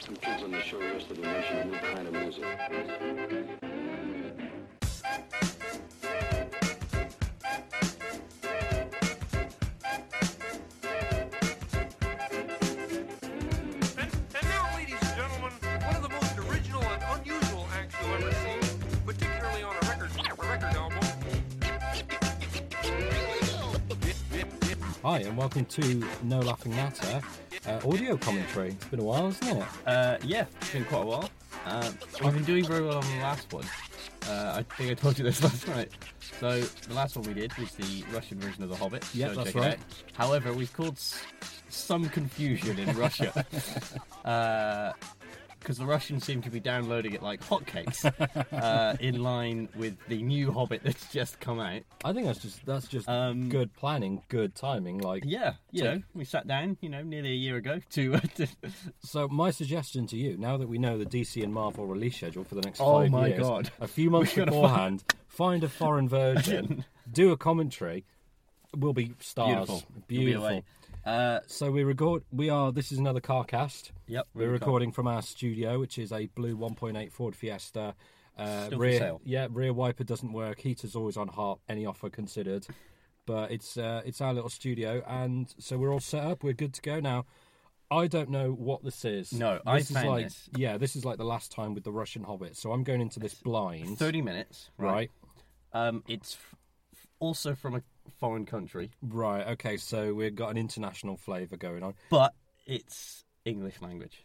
some kids on the show yesterday mentioned a new kind of music. And, and now, ladies and gentlemen, one of the most original and unusual acts you'll ever see, particularly on a record, a record album. Hi, and welcome to No Laughing Matter uh, audio commentary. It's been a while, hasn't it? Uh, yeah, it's been quite a while. Uh, I've been doing very well on the last one. Uh, I think I told you this last night. So the last one we did was the Russian version of The Hobbit. Yep, so that's check it right. out. However, we've caused some confusion in Russia because the Russians seem to be downloading it like hotcakes, uh, in line with the new Hobbit that's just come out. I think that's just that's just Um, good planning, good timing. Like, Yeah, you Tick. know, we sat down, you know, nearly a year ago to. Uh, to so my suggestion to you, now that we know the DC and Marvel release schedule for the next Oh five my years, God. a few months gotta beforehand, find a foreign version, do a commentary. We'll be stars. beautiful, Beautiful. You'll be away. Uh, So we record. We are. This is another CarCast. Yep, We're we're recording from our studio, which is a blue 1.8 Ford Fiesta. Uh, Still for rear, sale. Yeah, rear wiper doesn't work. Heater's always on hot. Any offer considered. But it's uh, it's our little studio, and so we're all set up. We're good to go now. I don't know what this is. No, this I is found like this. yeah, this is like the last time with the Russian Hobbit. So I'm going into this blind, Thirty minutes, right? Um, it's f- f- also from a foreign country, Right. Okay. So we've got an international flavour going on. but it's English language.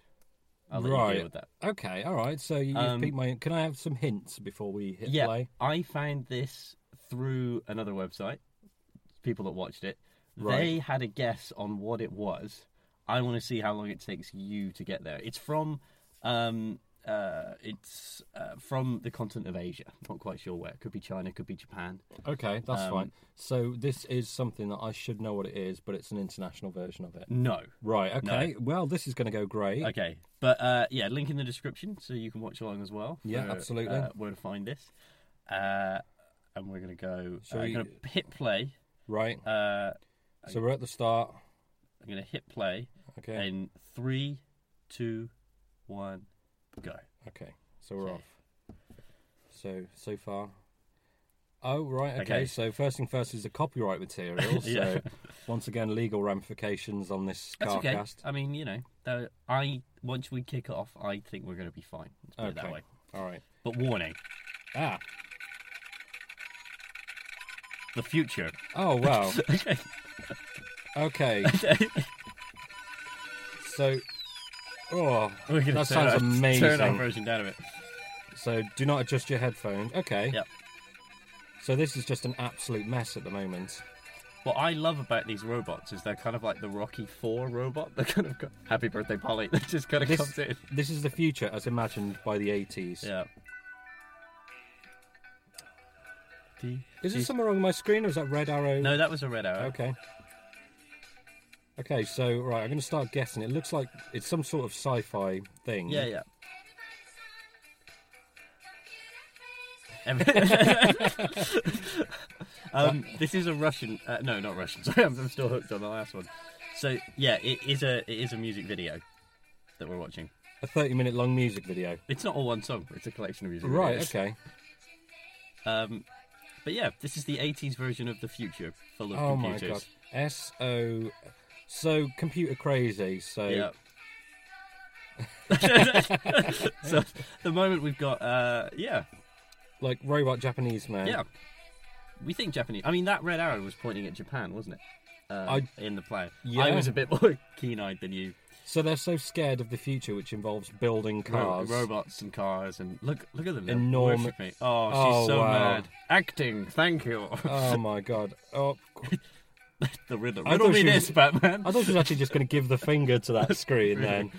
I'll let you Right. deal with that. Okay. All right. So you, have Um, piqued my. Can I have some hints before we hit Yeah, play? I found this through another website. People that watched it, they Right. had a guess on what it was. I want to see how long it takes you to get there. It's from, um, uh, it's uh, from the continent of Asia. Not quite sure where. Could be China. Could be Japan. Okay, that's Um, fine. So this is something that I should know what it is, but it's an international version of it. No. Right. Okay. Well, this is going to go great. Okay, but uh, yeah, link in the description so you can watch along as well. Yeah, absolutely. Uh, where to find this? Uh, and we're gonna go. Shall uh, I'm we- gonna hit play. Right. Uh, so we're at the start. I'm gonna hit play Okay. in three, two, one, go. Okay. So we're Okay. off. So so far. Oh right. Okay. Okay. So first thing first is the copyright material. Yeah. So once again, legal ramifications on this That's okay. carcast. I mean, you know, though, I once we kick it off, I think we're gonna be fine. Let's put it that way. All right. But warning: Ah. the future. Oh wow. okay. Okay. so. Oh, We're gonna that turn sounds our- amazing. Turn our version down a bit. So do not adjust your headphones. Okay. Yep. So this is just an absolute mess at the moment. What I love about these robots is they're kind of like the Rocky Four robot. They're kind of go- happy birthday Polly. They just kind of This, comes in. this is the future as imagined by the 80s. Yeah. Is there something wrong with my screen or is that red arrow? No, that was a red arrow. Okay. Okay, so right, I'm going to start guessing. It looks like it's some sort of sci-fi thing. Yeah, yeah. um, this is a Russian. Uh, no, not Russian. Sorry, I'm, I'm still hooked on the last one. So yeah, it is a it is a music video that we're watching. A 30-minute long music video. It's not all one song. It's a collection of music. Right. videos. Okay. Um, but yeah, this is the 80s version of the future, full of Oh my computers. god. S O. So computer crazy. So Yeah. so at the moment we've got, uh, yeah, like robot Japanese man. yeah. We think Japanese. I mean, that red arrow was pointing at Japan, wasn't it? Um, I- in the play. Yeah. I was a bit more keen-eyed than you. So they're so scared of the future, which involves building Ro- cars. robots and cars and look, look at them. they're Enorm- worshipping me. Oh, Oh, she's so wow. mad. Acting, thank you. Oh my god! Oh, the riddle. I Riddle thought me she was- this, Batman. I thought she was actually just going to give the finger to that screen. Then,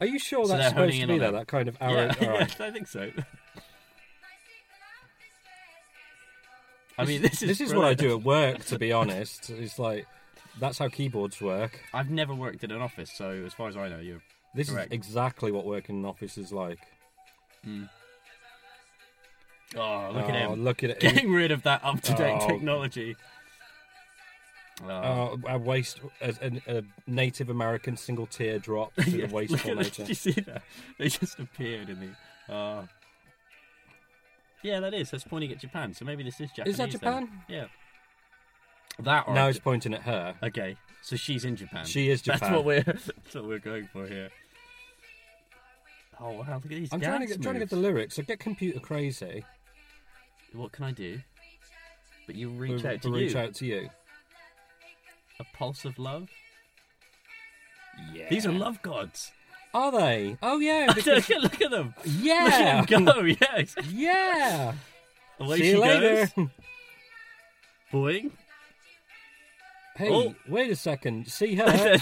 are you sure So that's they're supposed honing to in be on there? it. That kind of arrow. Yeah, All right. I think so. I mean, this is This is what I brilliant. do at work. To be honest, it's like that's how keyboards work. I've never worked in an office, so as far as I know, you're This Correct. is exactly what working in an office is like. Oh, look at Oh, him. Look at it. Getting rid of that up to date Oh. technology. Uh, a waste, a, a, a Native American single tear drop to the waste Look at that. tornator. Did you see that? They just appeared in the. Uh... Yeah, that is. That's pointing at Japan. So maybe this is Japanese. that then. Japan? Yeah. That or Now it's pointing at her. okay. So she's in Japan. She is That's Japan. what we're. That's what we're going for here. Oh wow! Look at these. I'm trying to dance get trying to get the moves. lyrics. I get computer crazy. What can I do? But you reach We'll- out to we'll you. reach out to you. A pulse of love. Yeah. These are love gods. Are they? Oh yeah, Look because, at look at them. yeah, Look at them go. Yes. yeah. Away See she you later. goes. Boing. Hey, Oh. wait a second. See her.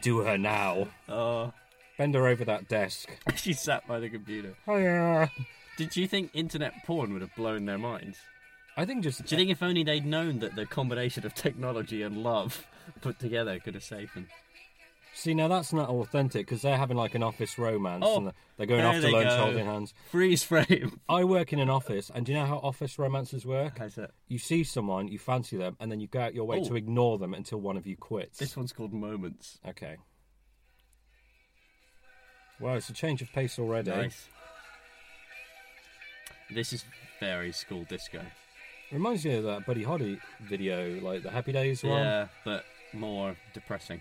Do her now. oh, Bend her over that desk. Oh, she sat by the computer. Hiya. Did you think internet porn would have blown their minds? I think just Do you think if only they'd known that the combination of technology and love put together could have saved them? see now that's not authentic because they're having like an office romance Oh, and they're going there off to they lunch go. holding hands. Freeze frame. I work in an office, and do you know how office romances work? How's that? You see someone, you fancy them, and then you go out your way Oh. to ignore them until one of you quits. This one's called Moments. Okay. Wow, it's a change of pace already. Nice. This is very school disco. Reminds you of that Buddy Holly video, like the Happy Days one. Yeah, but more depressing.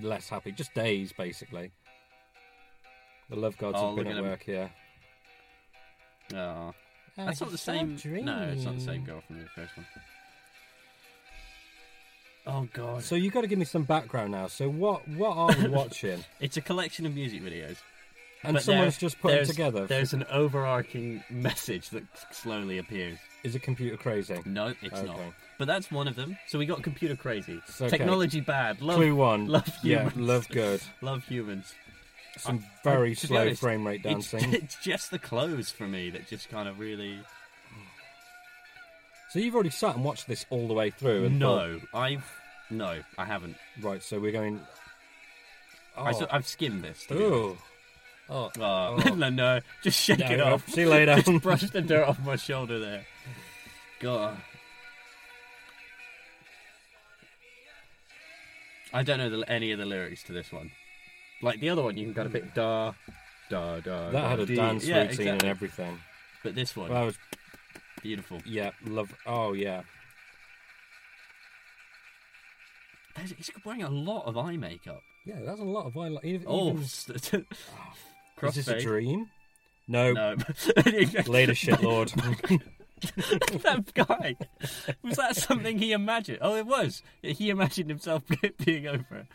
Less happy, just days basically. The Love Gods Oh, have been look at, at them. work here. Oh. That's not the same. No, it's not the same girl from the first one. Oh god. So you've got to give me some background now. So what what are we watching? It's a collection of music videos. And but someone's there- just put it there's- together. There's an overarching message that s- slowly appears. Is it computer crazy? No, it's not. Okay. But that's one of them. So we got computer crazy, It's okay. technology bad, love, Clue one. love yeah, humans, love good. love humans. Some very To be slow honest, frame rate it's- dancing. It's, just the clothes for me that just kind of really. So you've already sat and watched this all the way through. And thought, No, I've no, I haven't. right. So we're going. Oh. I saw, I've skimmed this. to be honest. Ooh. Oh. Oh, Oh. no, no, just shake Yeah, it yeah. off. See you later. just brush the dirt off my shoulder there. God. I don't know the, any of the lyrics to this one. Like the other one, you can kind of pick da, da, da. That da, had a dee. dance yeah, routine and exactly. everything. But this one, Well, that was beautiful. yeah, love. Oh yeah, There's, he's wearing a lot of eye makeup. yeah. That's a lot of violence. Oh, is this a crossfade. dream? No, No. later, shitlord. that guy. Was that something he imagined? Oh, it was. He imagined himself being over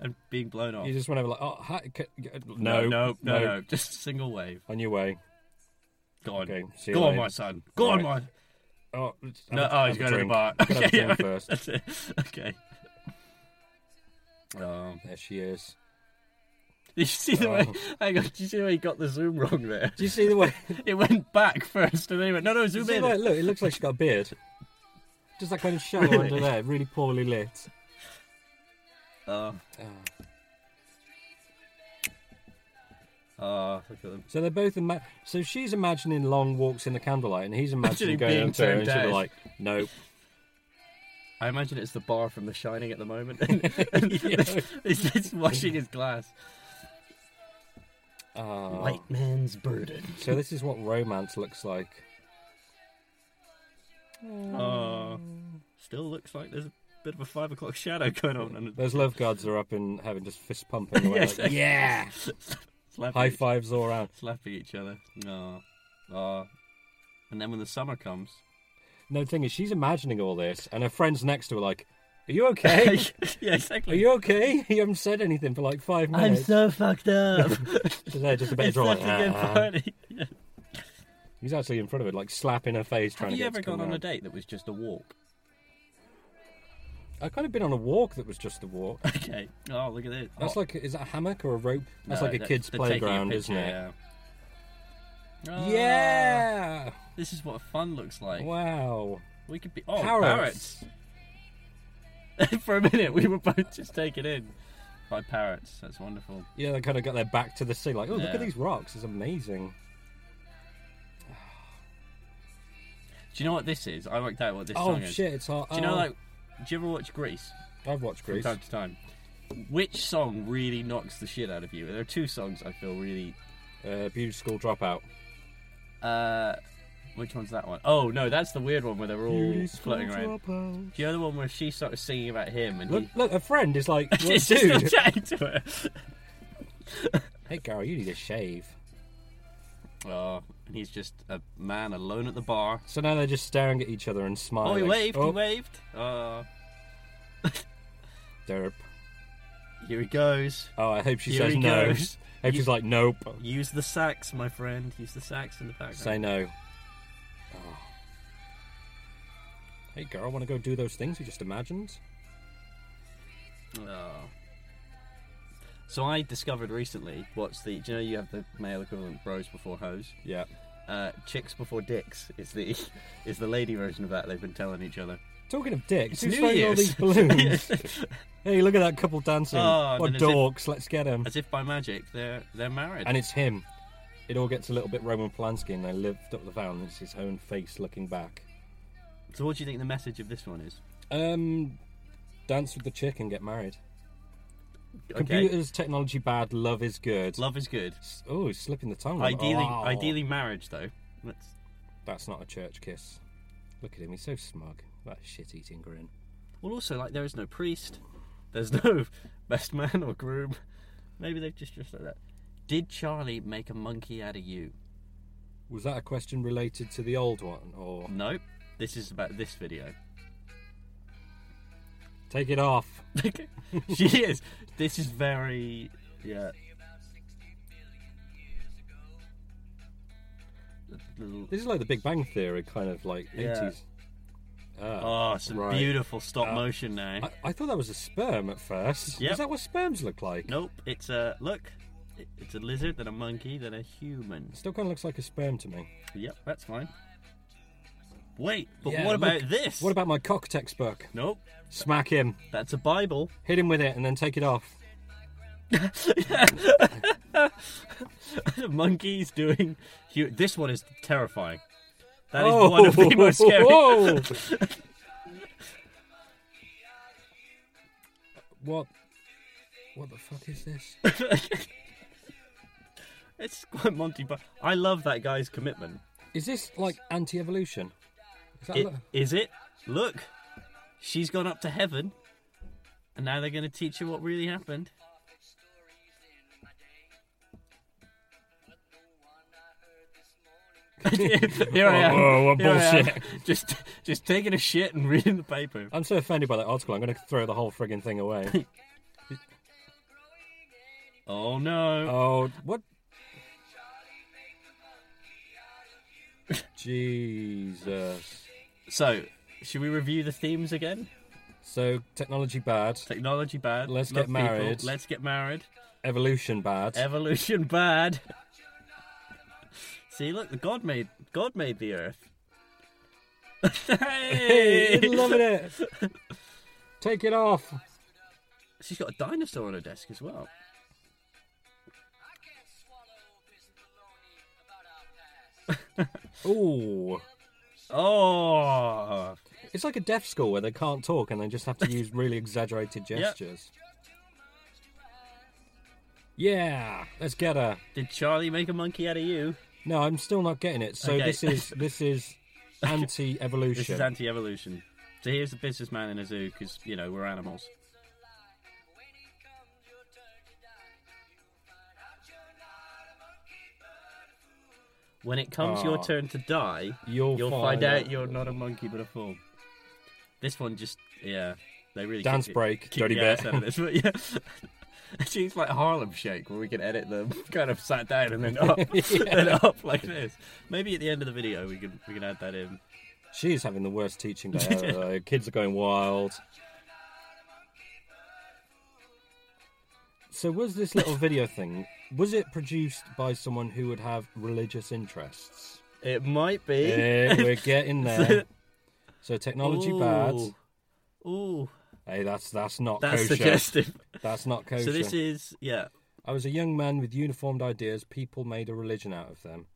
and being blown off. you just want to be like, oh, ha- c- g- no, no, no, no, no. Just a single wave. on your way. Go on. Okay, see you Go on, later. my son. Go on, my. Right. Oh, let's have No, a- oh, have he's a going to the drink. bar. Gotta have a Okay, drink yeah, first. That's it. Okay. Um, There she is. did you see the Oh. way? Hang on, did you see the way he got the zoom wrong there? Do you see the way? It went back first, and then he went, "No, no, do you zoom see in." the way? Look, it looks like she's got a beard. Just that kind of shadow Really? under there, really poorly lit. Oh, Oh. oh, look at them. So they're both ima- so she's imagining long walks in the candlelight, and he's imagining Actually going being up to her and turned she'll be down. like, "Nope." I imagine it's the bar from The Shining at the moment. it's, it's washing his glass. Oh. White man's burden. So this is what romance looks like. Oh, still looks like there's a bit of a five o'clock shadow going on. Under the... Those love gods are up and having just fist pumping away. Yes. like, yeah. Slapping, High each- fives all around. slapping each other. No, oh. And then when the summer comes, No, the thing is, she's imagining all this, and her friends next to her are like, "Are you okay? yeah, Are exactly. you okay? You haven't said anything for like five I'm minutes." so fucked up. So they're just a bit it's drawn, such like, a good "Ah." party. He's actually in front of her, like slapping her face, trying to Have you get ever her to come gone on a round. date that was just a walk? I've kind of been on a walk that was just a walk. Okay. Oh, look at this. That's Oh, like, is that a hammock or a rope? That's no, like a kid's they're Uh, taking a playground, isn't it? picture, Yeah. Oh, Yeah! This is what fun looks like. Wow. We could be oh Parrots. parrots. For a minute, we were both just taken in by parrots. That's wonderful. Yeah, they kind of got their back to the sea, like, oh, look Yeah. at these rocks, it's amazing. Do you know what this is? I worked out what this oh, song is. shit, it's hot. Do you know Oh. like do you ever watch Grease? I've watched Grease. From time to time. Which song really knocks the shit out of you? There are two songs I feel really. Uh, beauty School Dropout. Uh, which one's that one? Oh no, that's the weird one where they're all floating around. Dropout. Do you know the one where she started singing about him and Look, he? look, a friend is like, well, She's just not dude, chatting to her. hey, Gary, you need a shave. Oh, and he's just a man alone at the bar. So now they're just staring at each other and Oh, smiling. he waved. Oh, He waved. Oh, derp. here he goes. Oh, I hope she Here says he no. goes. Oh, I hope You- she's like, nope. Use the sax, my friend. Use the sax in the background. Say no. Oh. Hey, girl, I want to go do those things you just imagined. Oh. So I discovered recently what's the do you know you have the male equivalent bros before hoes, Yeah. uh, chicks before dicks is the is the lady version of that they've been telling each other. Talking of dicks, It's who's New throwing all Year's. these balloons? hey, look at that couple dancing. Oh, what and then as if- dorks, let's get him. As if by magic, they're they're married. And it's him. It all gets a little bit Roman Polanski, and they lift up the veil, and it's his own face looking back. so what do you think the message of this one is? Um, dance with the chick and get married. Okay. Computers, technology bad, love is good. Love is good. S- Oh, he's slipping the tongue. on- Ideally, Oh. ideally marriage though. That's That's not a church kiss. Look at him, he's so smug. That shit eating grin. well. Also, like there is no priest. There's no best man or groom. Maybe they've just just like that. Did Charlie make a monkey out of you? Was that a question related to the old one, or Nope. This is about this video. take it off? she is. This is very. Yeah. Little- This is like the Big Bang Theory, kind of like Yeah. eighties. Oh, some Right. Uh, beautiful stop motion now. I, I thought that was a sperm at first. Yep. Is that what sperms look like? Nope. It's a look. It- It's a lizard, then a monkey, then a human. It still kind of looks like a sperm to me. Yep, that's fine. Wait, but Yeah, what about look- this? What about my cock textbook? Nope. Smack him, That's a Bible. hit him with it, and then take it off. the monkeys doing. Hu- this one is terrifying. That is Oh, one of the most scary. whoa. what? What the fuck is this? It's quite Monty Python. I love that guy's commitment. Is this like anti-evolution? Is that It, li- is it? Look, she's gone up to heaven, and now they're going to teach her what really happened. Here I am. Oh, what Here I am. bullshit. Just, just taking a shit and reading the paper. I'm so offended by that article. I'm going to throw the whole frigging thing away. Oh no! oh, what? Jesus. So, should we review the themes again? So technology bad, Technology bad. Let's love get married. people, Let's get married. evolution bad. Evolution bad. See, look, the God made God made the Earth. Hey, hey! loving it. Take it off. She's got a dinosaur on her desk as well. Ooh. Oh, It's like a deaf school where they can't talk and they just have to use really exaggerated gestures. Yeah, let's get her. did Charlie make a monkey out of you? No, I'm still not getting it. So Okay. this is this is anti-evolution. This is anti-evolution. So here's a businessman in a zoo because you know we're animals. When it comes your Aw. turn to die, Ah. You'll, You'll find out you're not a monkey but a fool. This one just yeah, they really Dance kick it- break, kick dirty the bit. ass out of this, but yeah. She's like Harlem Shake, where we can edit them kind of sat down and then up, then up like this. Maybe at the end of the video we can we can add that in. She's having the worst teaching day ever. though. Kids are going wild. So was this little video thing? Was it produced by someone who would have religious interests? It might be. Eh, we're getting there. So technology bad. Ooh. Ooh, Hey, that's that's not that's kosher. suggestive. That's not kosher. So this is yeah. I was a young man with uniformed ideas. People made a religion out of them.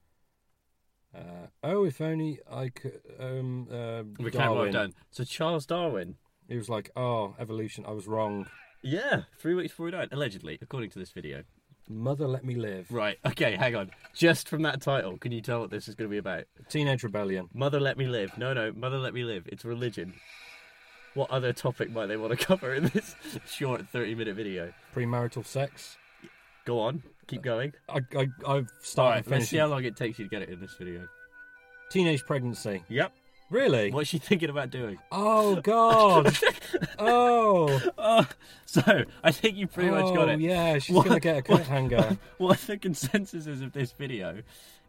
Uh, oh, if only I could. Um, uh, We can't Darwin. done. So Charles Darwin He was like, "Oh, evolution. I was wrong. Yeah, three weeks before he died, allegedly, according to this video. Mother, let me live. Right, okay, hang on. Just from that title, can you tell what this is going to be about? Teenage rebellion. Mother Let Me Live. No, no, Mother Let Me Live. It's religion. What other topic might they want to cover in this short 30 minute video? Premarital sex. Go on, keep going. I, I, I've All started right, let's see finishing. how long it takes you to get it in this video. Teenage pregnancy. Yep. Really? What's she thinking about doing? Oh God. oh. Oh, so I think you pretty much got Oh, it. yeah, she's What- gonna get a coat what- hanger. What the consensus is of this video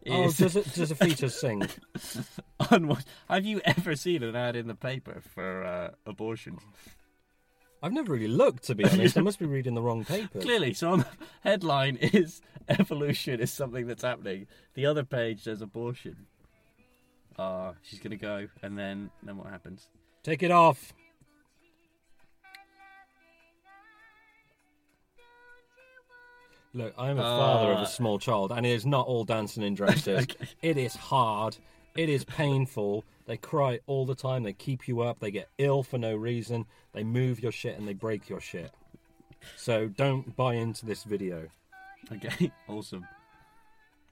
Oh, is does it? Does a fetus sing? unwa- Have you ever seen an ad in the paper for uh, abortion? I've never really looked, to be honest. I must be reading the wrong paper. Clearly, so on the headline is evolution is something that's happening. The other page says abortion. Ah, she's gonna go, and then then what happens? Take it off. Look, I'm a father of Ah. a small child, and it is not all dancing in dresses. Okay. It is hard. It is painful. They cry all the time. They keep you up. They get ill for no reason. They move your shit and they break your shit. So don't buy into this video. Okay, awesome.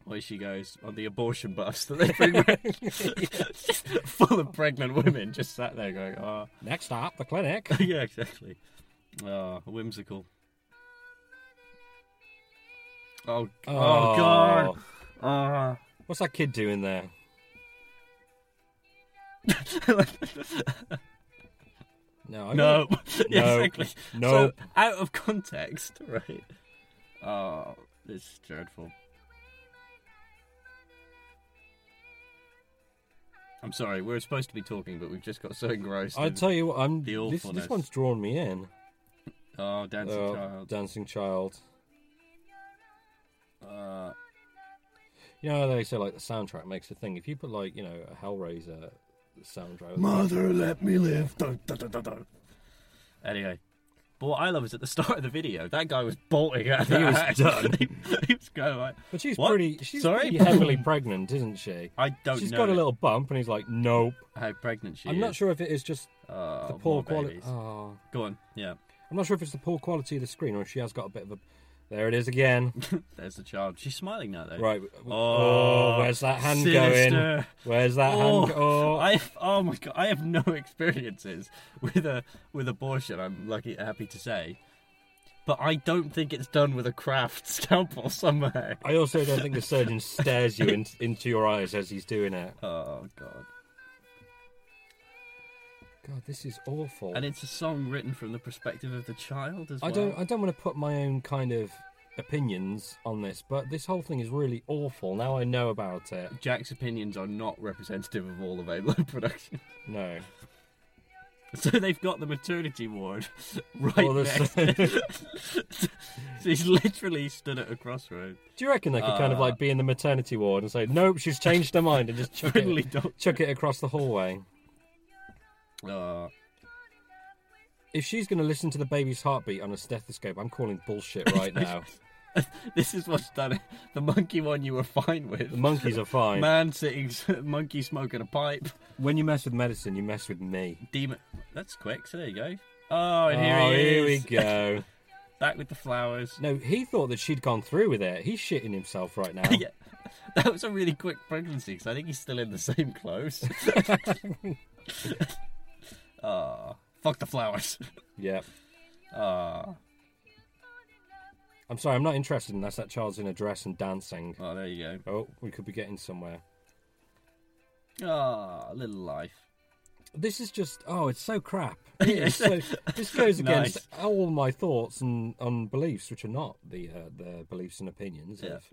Away she goes on the abortion bus that they bring around. Just full of pregnant women just sat there going, ah, Next up, the clinic. yeah, exactly. Ah, whimsical. Oh, oh, Oh. God. Ah. What's that kid doing there? No. I No. No. exactly. No. So, out of context, right? Oh, this is dreadful. I'm sorry, we're supposed to be talking, but we've just got so engrossed. I in- tell you what, I'm. The This, this awfulness. one's drawn me in. oh, dancing Oh, child. Dancing child. Uh, You know how they say like the soundtrack makes a thing. If you put like you know a Hellraiser soundtrack, Mother, let me live. Dun, dun, dun, dun, dun. Anyway, but what I love is at the start of the video, that guy was bolting out. He was done. he, was going like, but she's What? pretty. She's Sorry? Oh, pretty heavily pregnant, isn't she? I don't She's know got a little bump, and he's like, "Nope." how pregnant she I'm is. not sure if it is just Oh, the poor more quality. babies. Oh, Go on. Yeah. I'm not sure if it's the poor quality of the screen, or if she has got a bit of a. There it is again. There's the child. She's smiling now, though. Right. w- Oh, oh, where's that hand going? sinister. Where's that Oh, hand? go- Oh, I have, oh my god! I have no experiences with a with abortion. I'm lucky, happy to say, but I don't think it's done with a craft scalpel somewhere. I also don't think the surgeon stares you in, into your eyes as he's doing it. Oh god! God, this is awful. And it's a song written from the perspective of the child as I well. don't I don't want to put my own kind of opinions on this, but this whole thing is really awful. Now I know about it. Jack's opinions are not representative of all available productions. No. So they've got the maternity ward right Well, next. there's- so he's literally stood at a crossroad. Do you reckon they could kind of Uh, like be in the maternity ward and say, "Nope, she's changed her mind," and just chuck Totally it, don't. chuck it across the hallway? Oh, If she's going to listen to the baby's heartbeat on a stethoscope, I'm calling bullshit right now. this is what's done. it. The monkey one you were fine The with. monkeys are fine. Man sitting, monkey smoking a pipe. When you mess with medicine, you mess with me. Demon. That's quick. So there you go. Oh, and here oh, he here we is. go. Back with the flowers. No, he thought that she'd gone through with it. He's shitting himself right now. Yeah. That was a really quick pregnancy because I think he's still in the same clothes. oh, fuck the flowers. yeah. Oh, I'm sorry, I'm not interested unless that child's in a dress and dancing. oh there you Oh, we could be getting somewhere. go. Ah, little life. This is just oh, it's so crap. It is so, this goes against all my thoughts and on beliefs, which are not the uh, the beliefs and opinions. Yeah. Of,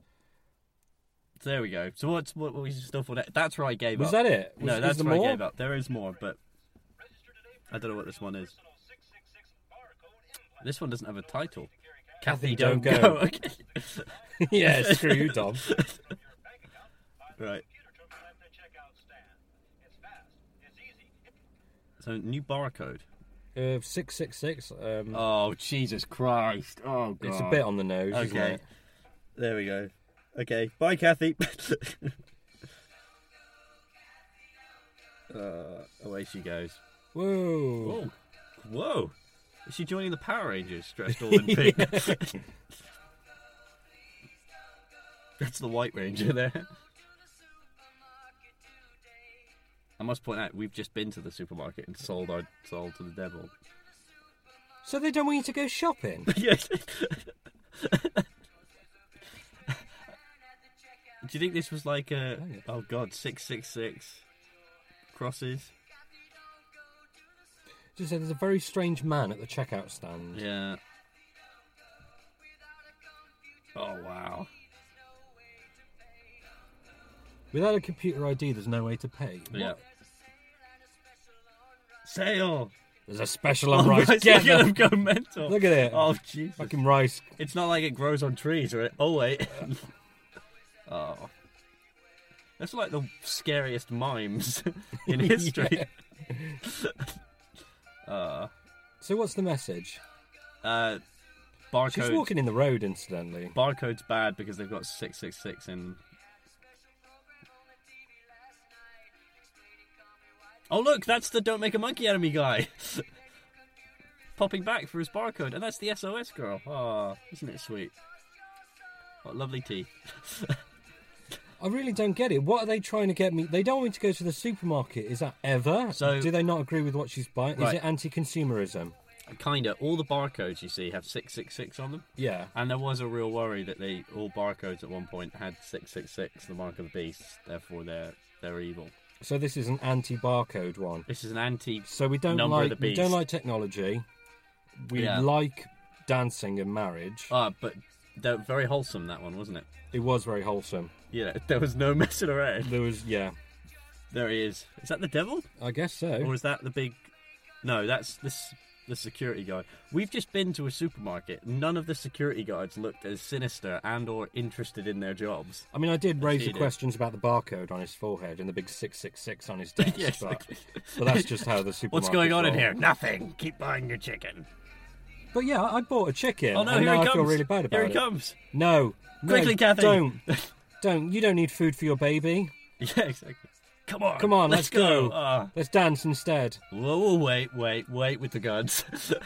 There we go. So what's what were we still for? that- That's where I gave was that up. it? Was, no, was that's there where more? I gave up. There is more, but I don't know what this one is. This one doesn't have a title. Kathy, Don't Go. Okay. yeah, screw you, Dom. right. So new barcode. Uh, six six six. Um, Oh Jesus Christ! Oh God. it's a bit on the nose. Isn't Okay. it? There we go. Okay. Bye, Kathy. uh, away she goes. Whoa. Oh, Whoa. Is she joining the Power Rangers dressed all in pink? That's the White Ranger there. I must point out, we've just been to the supermarket and sold our soul to the devil. So they don't want you to go shopping. yes. Do you think this was like a Oh, yeah. oh god six six six crosses? Just said there's a very strange man at the checkout stand. Yeah. Oh wow. Without a computer ID, there's no way to pay. Yeah. What? Sale. Oh, There's a special on rice. Get Look at them. them go mental. Look at it. Oh Jesus. Fucking rice. It's not like it grows on trees, right? Oh wait. oh. That's like the scariest mimes in history. uh, So what's the message? uh, She's barcodes. walking in the road, incidentally. Barcode's bad because they've got six six six in. Oh look, that's the "Don't Make a Monkey Out of Me" guy, popping back for his barcode, and that's the SOS girl. Oh, isn't it sweet? What lovely teeth. I really don't get it. What are they trying to get me? They don't want me to go to the supermarket. Is that ever? So- do they not agree with what she's buying? Right. Is it anti-consumerism? Kinda. All the barcodes you see have six six six on them, Yeah. and there was a real worry that they all barcodes at one point had six six six, the mark of the beast. Therefore, they're they're evil. So this is an anti-barcode one. This is an anti. So we don't Number of like the we don't beast. like technology. We Yeah. like dancing and marriage. Ah, but they're very wholesome. That one wasn't it? It was very wholesome. Yeah, there was no messing around. There was yeah, There he is. Is that the devil, I guess so. or is that the big? No, that's this the security guard. We've just been to a supermarket. None of the security guards looked as sinister and or interested in their jobs. I mean, I did raise he the did. questions about the barcode on his forehead and the big six six six on his desk, Yes, but, okay. but that's just how the supermarket. What's going on in roll. here? Nothing. Keep buying your chicken. But yeah, I bought a chicken. Oh no, and here now he I comes. feel really bad about here he it. comes. No, no, Quickly, Kathy. Don't, don't. You don't need food for your baby. Yeah, exactly. Come on. Come on, let's, let's go. Ah. Let's dance instead. whoa, whoa, wait, wait, wait with the guns.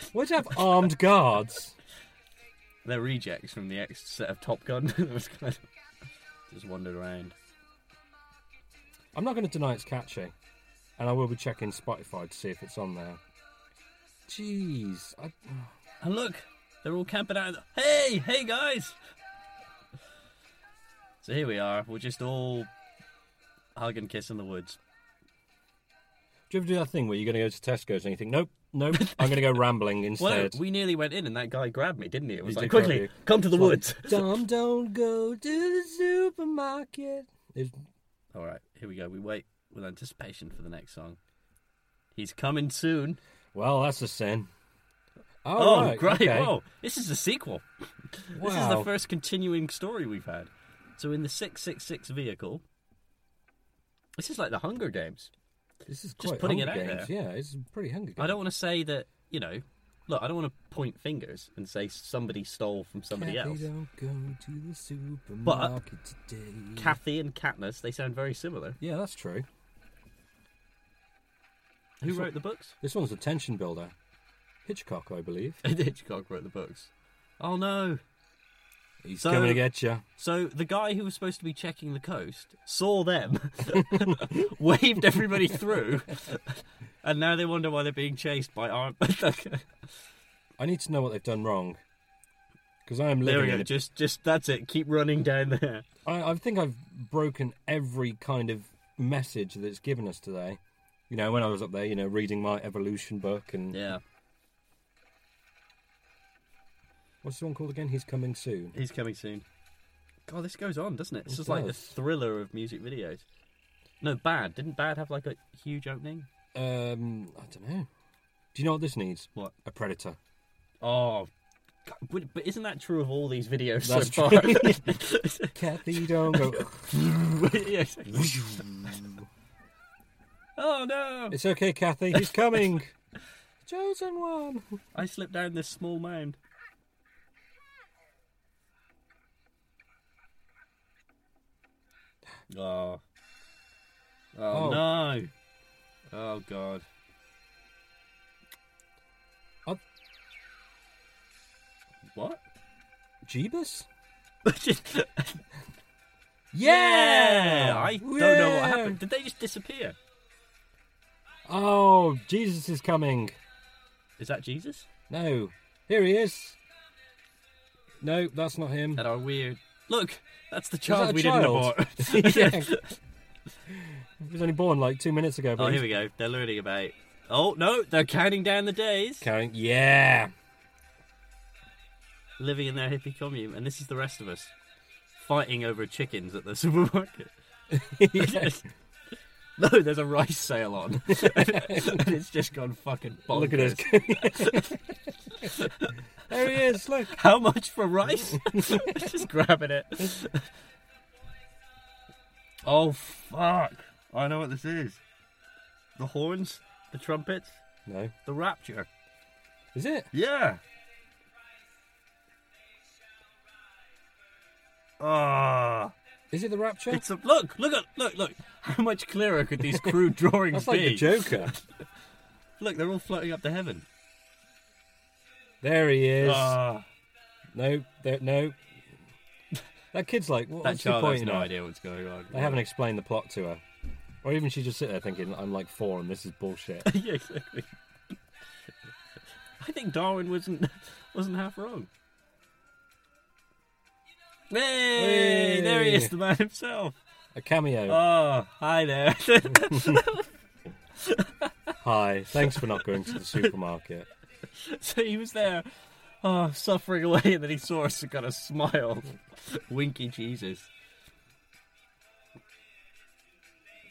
Why'd you have armed guards? They're rejects from the ex set of Top Gun. It was kind of- just wandered around. I'm not going to deny it's catchy, and I will be checking Spotify to see if it's on there. Jeez, I, And look, they're all camping out. in the- Hey, hey guys! So here we are. We're just all hug and kiss in the woods. do you ever do that thing where you're going to go to Tesco's and you think, nope, nope, I'm going to go rambling Well, instead? we nearly went in, and that guy grabbed me, didn't he? It was He like, did grab quickly, you. come to the woods. Dom, don't go to the supermarket. It's All right, here we go. We wait with anticipation for the next song. He's coming soon. well, that's a sin. oh, right, great! okay. Whoa, this is the sequel. This is Wow. the first continuing story we've had. So in the six six six vehicle, this is like the Hunger Games. This is quite Just putting Hunger it out Games. Yeah, it's pretty Hunger Games. I don't want to say that you know. Look, I don't want to point fingers and say somebody stole from somebody Kathy, else. uh, don't go to the supermarket today. Kathy and Katniss, they sound very similar. yeah, that's true. Who wrote the books? This one's a tension builder. Hitchcock, I believe. Hitchcock wrote the books. Oh no! He's So- coming to get you. So the guy who was supposed to be checking the coast saw them, waved everybody through, and now they wonder why they're being chased by armed. I need to know what they've done wrong. Because I am there we living go. in a Just, just that's it. Keep running down there. I, I think I've broken every kind of message that's given us today. You know, when I was up there, you know, reading my evolution book and Yeah, what's the one called again? He's coming soon. he's coming soon. God, this goes on, doesn't it? It's It just like the does. thriller of music videos. No, bad. Didn't bad have like a huge opening? Um, I don't know. Do you know what this needs? What? A predator. Oh. God, But but isn't that true of all these videos That's so far? true. Kathy, don't go. Yes. oh no! it's okay, Kathy. He's coming. Chosen one. I slipped down this small mound. Oh. Oh, Oh. no. Oh god. What? Jeebus? yeah! I don't know what Yeah! happened. Did they just disappear? Oh, Jesus is coming. Is that Jesus? No. Here he is. No, that's not him. That are weird. Look, that's the that child a we child? didn't abort. Yeah. He was only born like two minutes ago. Oh, but here he's we go. They're learning about. Oh no, they're counting down the days, carrying. Yeah. living in their hippie commune, and this is the rest of us fighting over chickens at the supermarket. Yes. No, there's a rice sale on, and it's just gone fucking bonkers. Look at this. there he is. Look. How much for rice? just grabbing it. Oh fuck! I know what this is. The horns, the trumpets, No. the rapture. Is it? Yeah. Ah, Is it the Rapture? it's a look, look at look, look. How much clearer could these crude drawings that's like be? the Joker. Look, they're all floating up to heaven. There he is. Ah, No, there, no. That kid's like, what, that what's your child has point? no in it? idea what's going on. They haven't explained the plot to her, or even she just sit there thinking, "I'm like four, and this is bullshit." yeah, exactly. I think Darwin wasn't wasn't half wrong. Hey, there he is, the man himself. A cameo. Oh, hi there. Hi, thanks for not going to the supermarket. So he was there, oh, suffering away, and then he saw us and got a smile. Winky Jesus.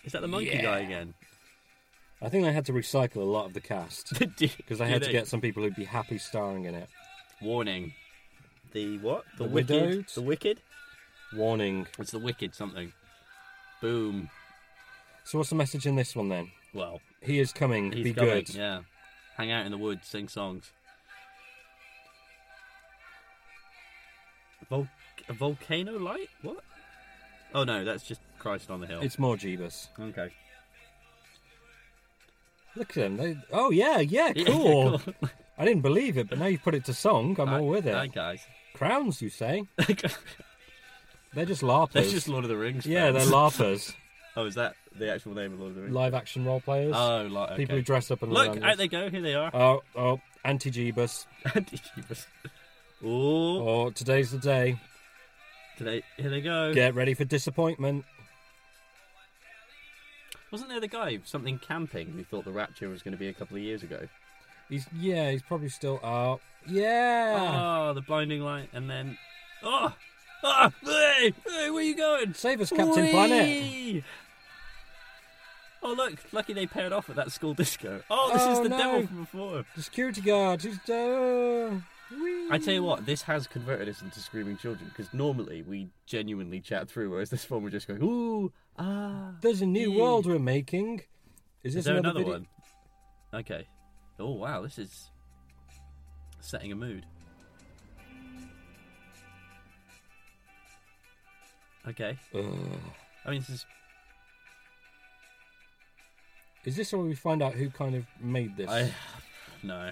Is that the monkey guy again? I think they had to recycle a lot of the cast because Because they had to get some people who'd be happy starring in it. warning. The what? The, The wicked. widowed? The wicked. Warning. It's the wicked something. Boom. So what's the message in this one then? Well, He is coming. he's be coming, good. Yeah. Hang out in the woods, sing songs. Vol- a volcano light? What? Oh no, that's just Christ on the hill. It's more Jeebus. okay. Look at them. They... Oh yeah, yeah, cool. Yeah, I didn't believe it, but now you've put it to song. I'm Hi- all with it. Hi guys. Crowns, you say? That's They're just larpers. just Lord of the Rings. yeah, they're fans. larpers. Oh, is that the actual name of Lord of the Rings? Live action role players. Oh, like okay. People who dress up and Look, out they go. Here they are. Oh, oh, anti Jeebus. Anti-Jeebus. Oh, Oh, today's the day. today here they go. Get ready for disappointment. Wasn't there the guy something camping who thought the Rapture was going to be a couple of years ago? He's yeah, he's probably still out. Yeah. Oh, the blinding light, and then oh, oh, hey, hey, where you going? Save us, Captain Planet. Whee! Oh look, lucky they paired off at that school disco. Oh, this is Oh, the no. devil from before. The security guard. Who's uh, whee. I tell you what, this has converted us into screaming children because normally we genuinely chat through, whereas this one we're just going ooh ah. There's a new Yeah. world we're making. Is this Is there another, video? one? Okay. Oh wow, this is setting a mood. Okay. I mean, this is Is this where we find out who kind of made this? I no.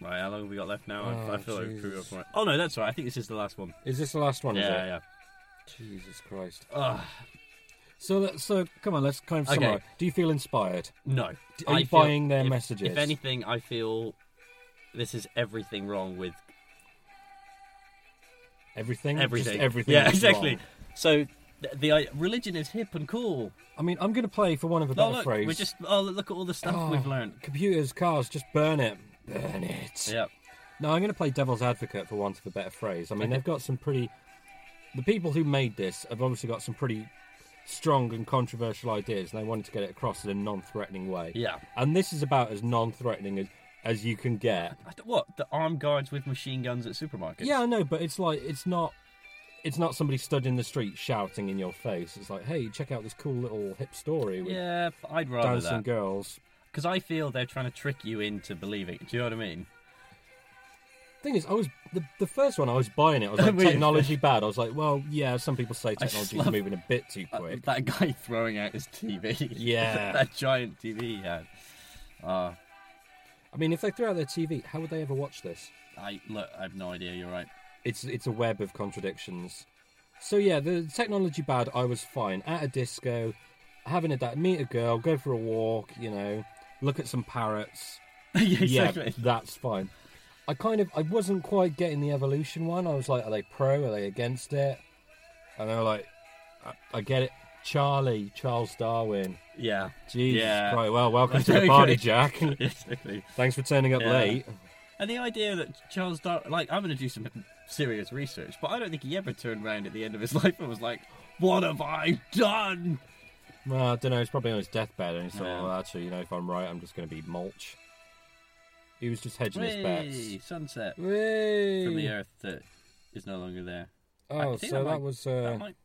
Right, how long have we got left now? I- Oh, I feel like we're Jesus. right. Oh no, that's right. I think this is the last one. Is this the last one? yeah, is it? yeah. Jesus Christ. Ugh, So that, so come on, let's kind of Okay. summarize. Do you feel inspired? no. Are you feel- buying their if- messages? If anything, I feel this is everything wrong with Everything. Just everything. everything. Yeah, that's exactly. wrong. So th- the I religion is hip and cool. I mean, I'm going to play for one of a Oh, better look, phrase. we're just oh look at all the stuff we've Oh, learned. Computers, cars, just burn it. Burn it. Yep. No, I'm going to play devil's advocate for want of a better phrase. I mean, they've got some pretty. The people who made this have obviously got some pretty strong and controversial ideas, and they wanted to get it across in a non threatening way. Yeah. And this is about as non threatening as, as you can get. I don't- what the armed guards with machine guns at supermarkets? Yeah, I know, but it's like, it's not. It's not somebody stood in the street shouting in your face. It's like, hey, check out this cool little hip story with Yeah, but I'd rather dancing that girls. because I feel they're trying to trick you into believing. Do you know what I mean? thing is, I was the, the first one I was buying it. I was like, Wait. technology bad. I was like, well, yeah, some people say I just technology's love- moving a bit too Uh, quick. That guy throwing out his TV. Yeah. that giant TV he had. Uh, I mean, if they threw out their TV, how would they ever watch this? I look, I have no idea. You're right. It's it's a web of contradictions. So yeah, the technology bad. I was fine at a disco, having a da- meet a girl, go for a walk. You know, look at some parrots. yeah, yeah, exactly. that's fine. I kind of I wasn't quite getting the evolution one. I was like, are they pro? Are they against it? And they were like, I, I get it. Charlie, Charles Darwin. Yeah, Jesus Yeah. Christ. Well, welcome to Okay. the party, Jack. exactly. Thanks for turning up Yeah. late. And the idea that Charles Darwin, like, I'm going to do some serious research, but I don't think he ever turned around at the end of his life and was like, "What have I done?" Well, I don't know. He's probably on his deathbed, and he's like, Yeah. well, actually, you know, if I'm right, I'm just going to be mulch. He was just hedging Hey, his bets. sunset Whey! from the earth that is no longer there. Oh, I think so that that might- was. That Uh, might,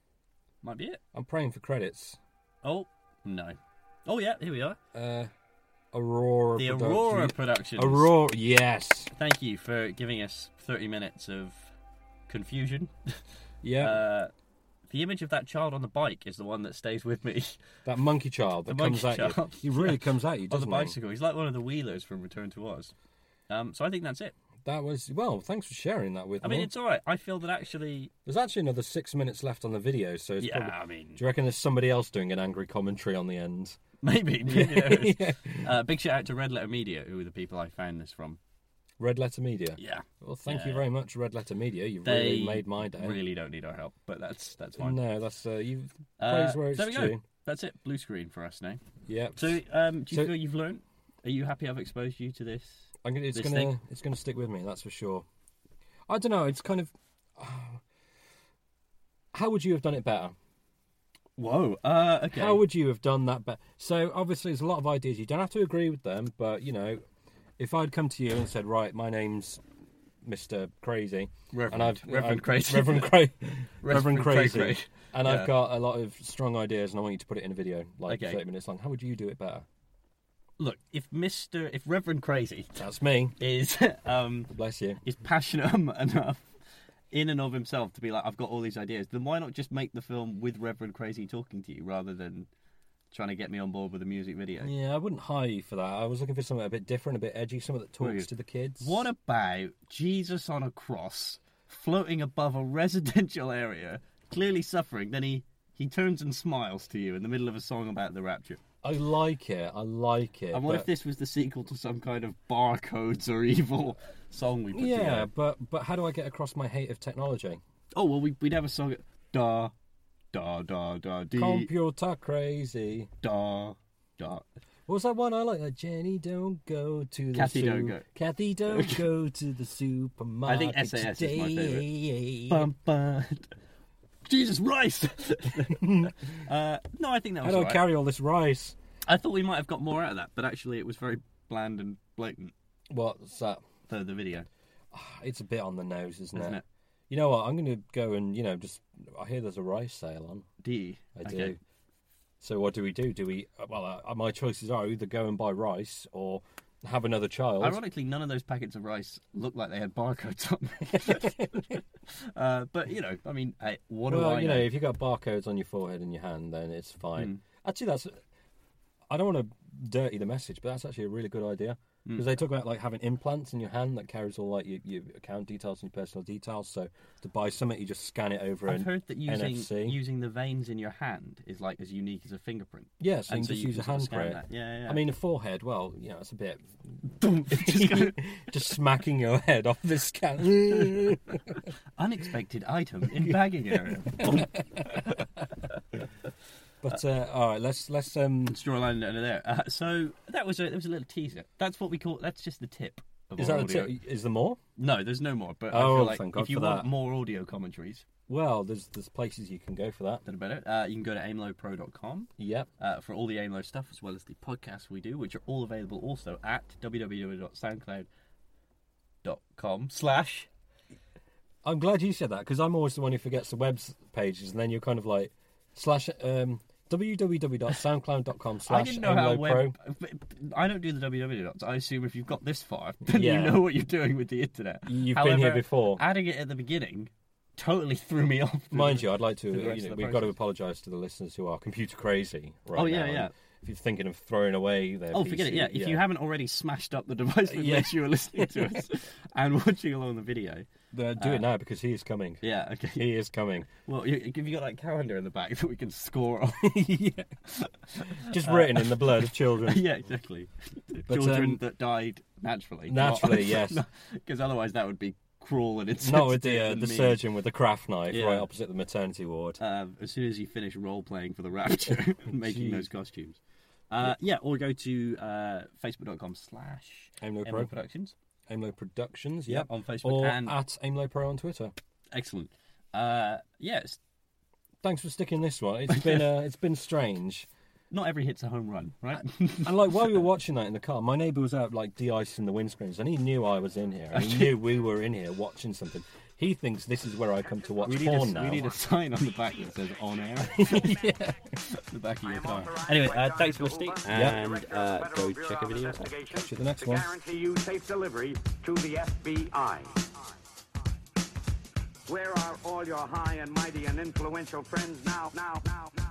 might be it. I'm praying for credits. Oh no. Oh yeah, here we are. Uh, Aurora. The Production- Aurora Productions. Aurora. Yes. Thank you for giving us 30 minutes of confusion. Yeah. Uh, the image of that child on the bike is the one that stays with me that monkey child that the comes monkey at child, you. He really comes at you, on doesn't the he? bicycle. He's like one of the wheelers from Return to Oz. Um, so I think that's it. That was well. Thanks for sharing that with I mean, me. it's all right. I feel that actually. There's actually another six minutes left on the video, so it's yeah, probably. I mean, Do you reckon there's somebody else doing an angry commentary on the end? maybe. maybe there is. uh, big shout out to Red Letter Media, who are the people I found this from. Red Letter Media. Yeah, Well, thank Yeah. you very much, Red Letter Media. You they really made my day. Really don't need our help, but that's that's fine. No, that's uh, you Uh, praise where it's there we due. go. That's it. Blue screen for us now. Yep. So, um, do you So- feel you've learned? Are you happy I've exposed you to this? I'm gonna, it's this gonna thing- it's gonna stick with me. That's for sure. I don't know. It's kind of how would you have done it better? Whoa. Uh, okay. How would you have done that better? So obviously, there's a lot of ideas. You don't have to agree with them, but you know, if I'd come to you and said, "Right, my name's Mister Crazy," and Reverend, I've Reverend I've- Crazy. Reverend Crazy, Reverend Reverend Crazy. Crazy, and Yeah. I've got a lot of strong ideas, and I want you to put it in a video, like Okay. 30 minutes long. How would you do it better? Look, if Mister, if Reverend Crazy That's me. is um Bless you. is passionate enough in and of himself to be like, I've got all these ideas, then why not just make the film with Reverend Crazy talking to you rather than trying to get me on board with a music video? Yeah, I wouldn't hire you for that. I was looking for something a bit different, a bit edgy, something that Really? talks to the kids. What about Jesus on a cross, floating above a residential area, clearly suffering? Then he he turns and smiles to you in the middle of a song about the rapture. I like it. I like it. And what but- if this was the sequel to some kind of barcodes or evil song we put Yeah, together? but but how do I get across my hate of technology? Oh well, we, we'd have a song. Da, da, da, da, dee, Computer crazy. da, da. What was that one I like? That Jenny don't go to the Kathy zoo. don't go. Kathy don't go to the supermarket. SAS is my Oh, today. Bum, bum. Jesus Rice. uh, no, I think that How was. do I all right. carry all this rice? I thought we might have got more out of that, but actually, it was very bland and blatant. What's that? for the video, It's a bit on the nose, isn't, isn't it? You know what? I'm going to go and you know just. I hear there's a rice sale on. D. I do. So what do we do? Do we? Well, uh, my choices are either go and buy rice or have another child. Ironically, none of those packets of rice looked like they had barcodes on them. uh, but, you know, I mean, hey, what do well, I you know, know? if you've got barcodes on your forehead and your hand, then it's fine. Hmm. Actually, that's. I don't want to dirty the message, but that's actually a really good idea Hmm. because they talk about like having implants in your hand that carries all like your, your account details and your personal details. So to buy something, you just scan it over I've an heard that using NFC. using the veins in your hand is like as unique as a fingerprint. yeah, so you and can so just you use can a sort of scan handprint. that. Yeah, yeah. I mean, a forehead. Well, you know, it's a bit Just go- just smacking your head off the scan. unexpected item in bagging area. Boom. But uh, all right, let's let's um. Let's draw a line under there. Uh, so that was a that was a little teaser. That's what we call. That's just the tip. Of Is our that the audio. tip? Is there more? No, there's no more. But I Oh, feel like thank God if you for want that. more audio commentaries, Well, there's there's places you can go for that. then better. Uh, you can go to aimlowpro.com Yep. uh, for all the AIMLO stuff, as well as the podcasts we do, which are all available also at www.soundcloud.com slash. I'm glad you said that because I'm always the one who forgets the web pages, and then you're kind of like slash um www.soundcloud.com I slash didn't know how AMLO Pro. web. I don't do the www dots. I assume if you've got this far, then Yeah. you know what you're doing with the internet. You've been here before. Adding it at the beginning totally threw me off. Mind you, I'd like to. the rest You of know, the we've got to process. apologise to the listeners who are computer crazy. Right Oh, yeah, now, yeah. and if you're thinking of throwing away their Oh, forget it. PC, Yeah, if you haven't already smashed up the device with yeah. which you were listening to us and watching along the video, Uh, do it now because he is coming. yeah, okay. He is coming. Well, you, have you got that calendar in the back that we can score on? yeah. Uh, Just written in the blood of children. yeah, exactly. But, Children um, that died naturally. Naturally, yes. Because otherwise, that would be cruel and insensitive. Not with the uh, and the mean. surgeon with the craft knife Yeah. right opposite the maternity ward. Um, as soon as you finish role playing for the Rapture, making Gee. those costumes. Uh, yeah, or go to uh, facebook.com slash Aimlo Emma Pro. Productions. Aimlo Productions, Yeah, yep. on Facebook Or and- at Aimlo Pro on Twitter. Excellent. Uh, yeah, it's Thanks for sticking this one. It's been uh, it's been strange. not every hit's a home run, right? Uh, And like while we were watching that in the car, my neighbour was out like de-icing the windscreens, and he knew I was in here. And he knew we were in here watching something. He thinks this is where I come to watch we, need porn a, now. we need a sign on the back that says on air. the back of your car. Anyway, uh, thanks for listening. and uh, go check a video. Catch you at the next one. guarantee you safe delivery to the FBI. Where are all your high and mighty and influential friends now? Now, now, now.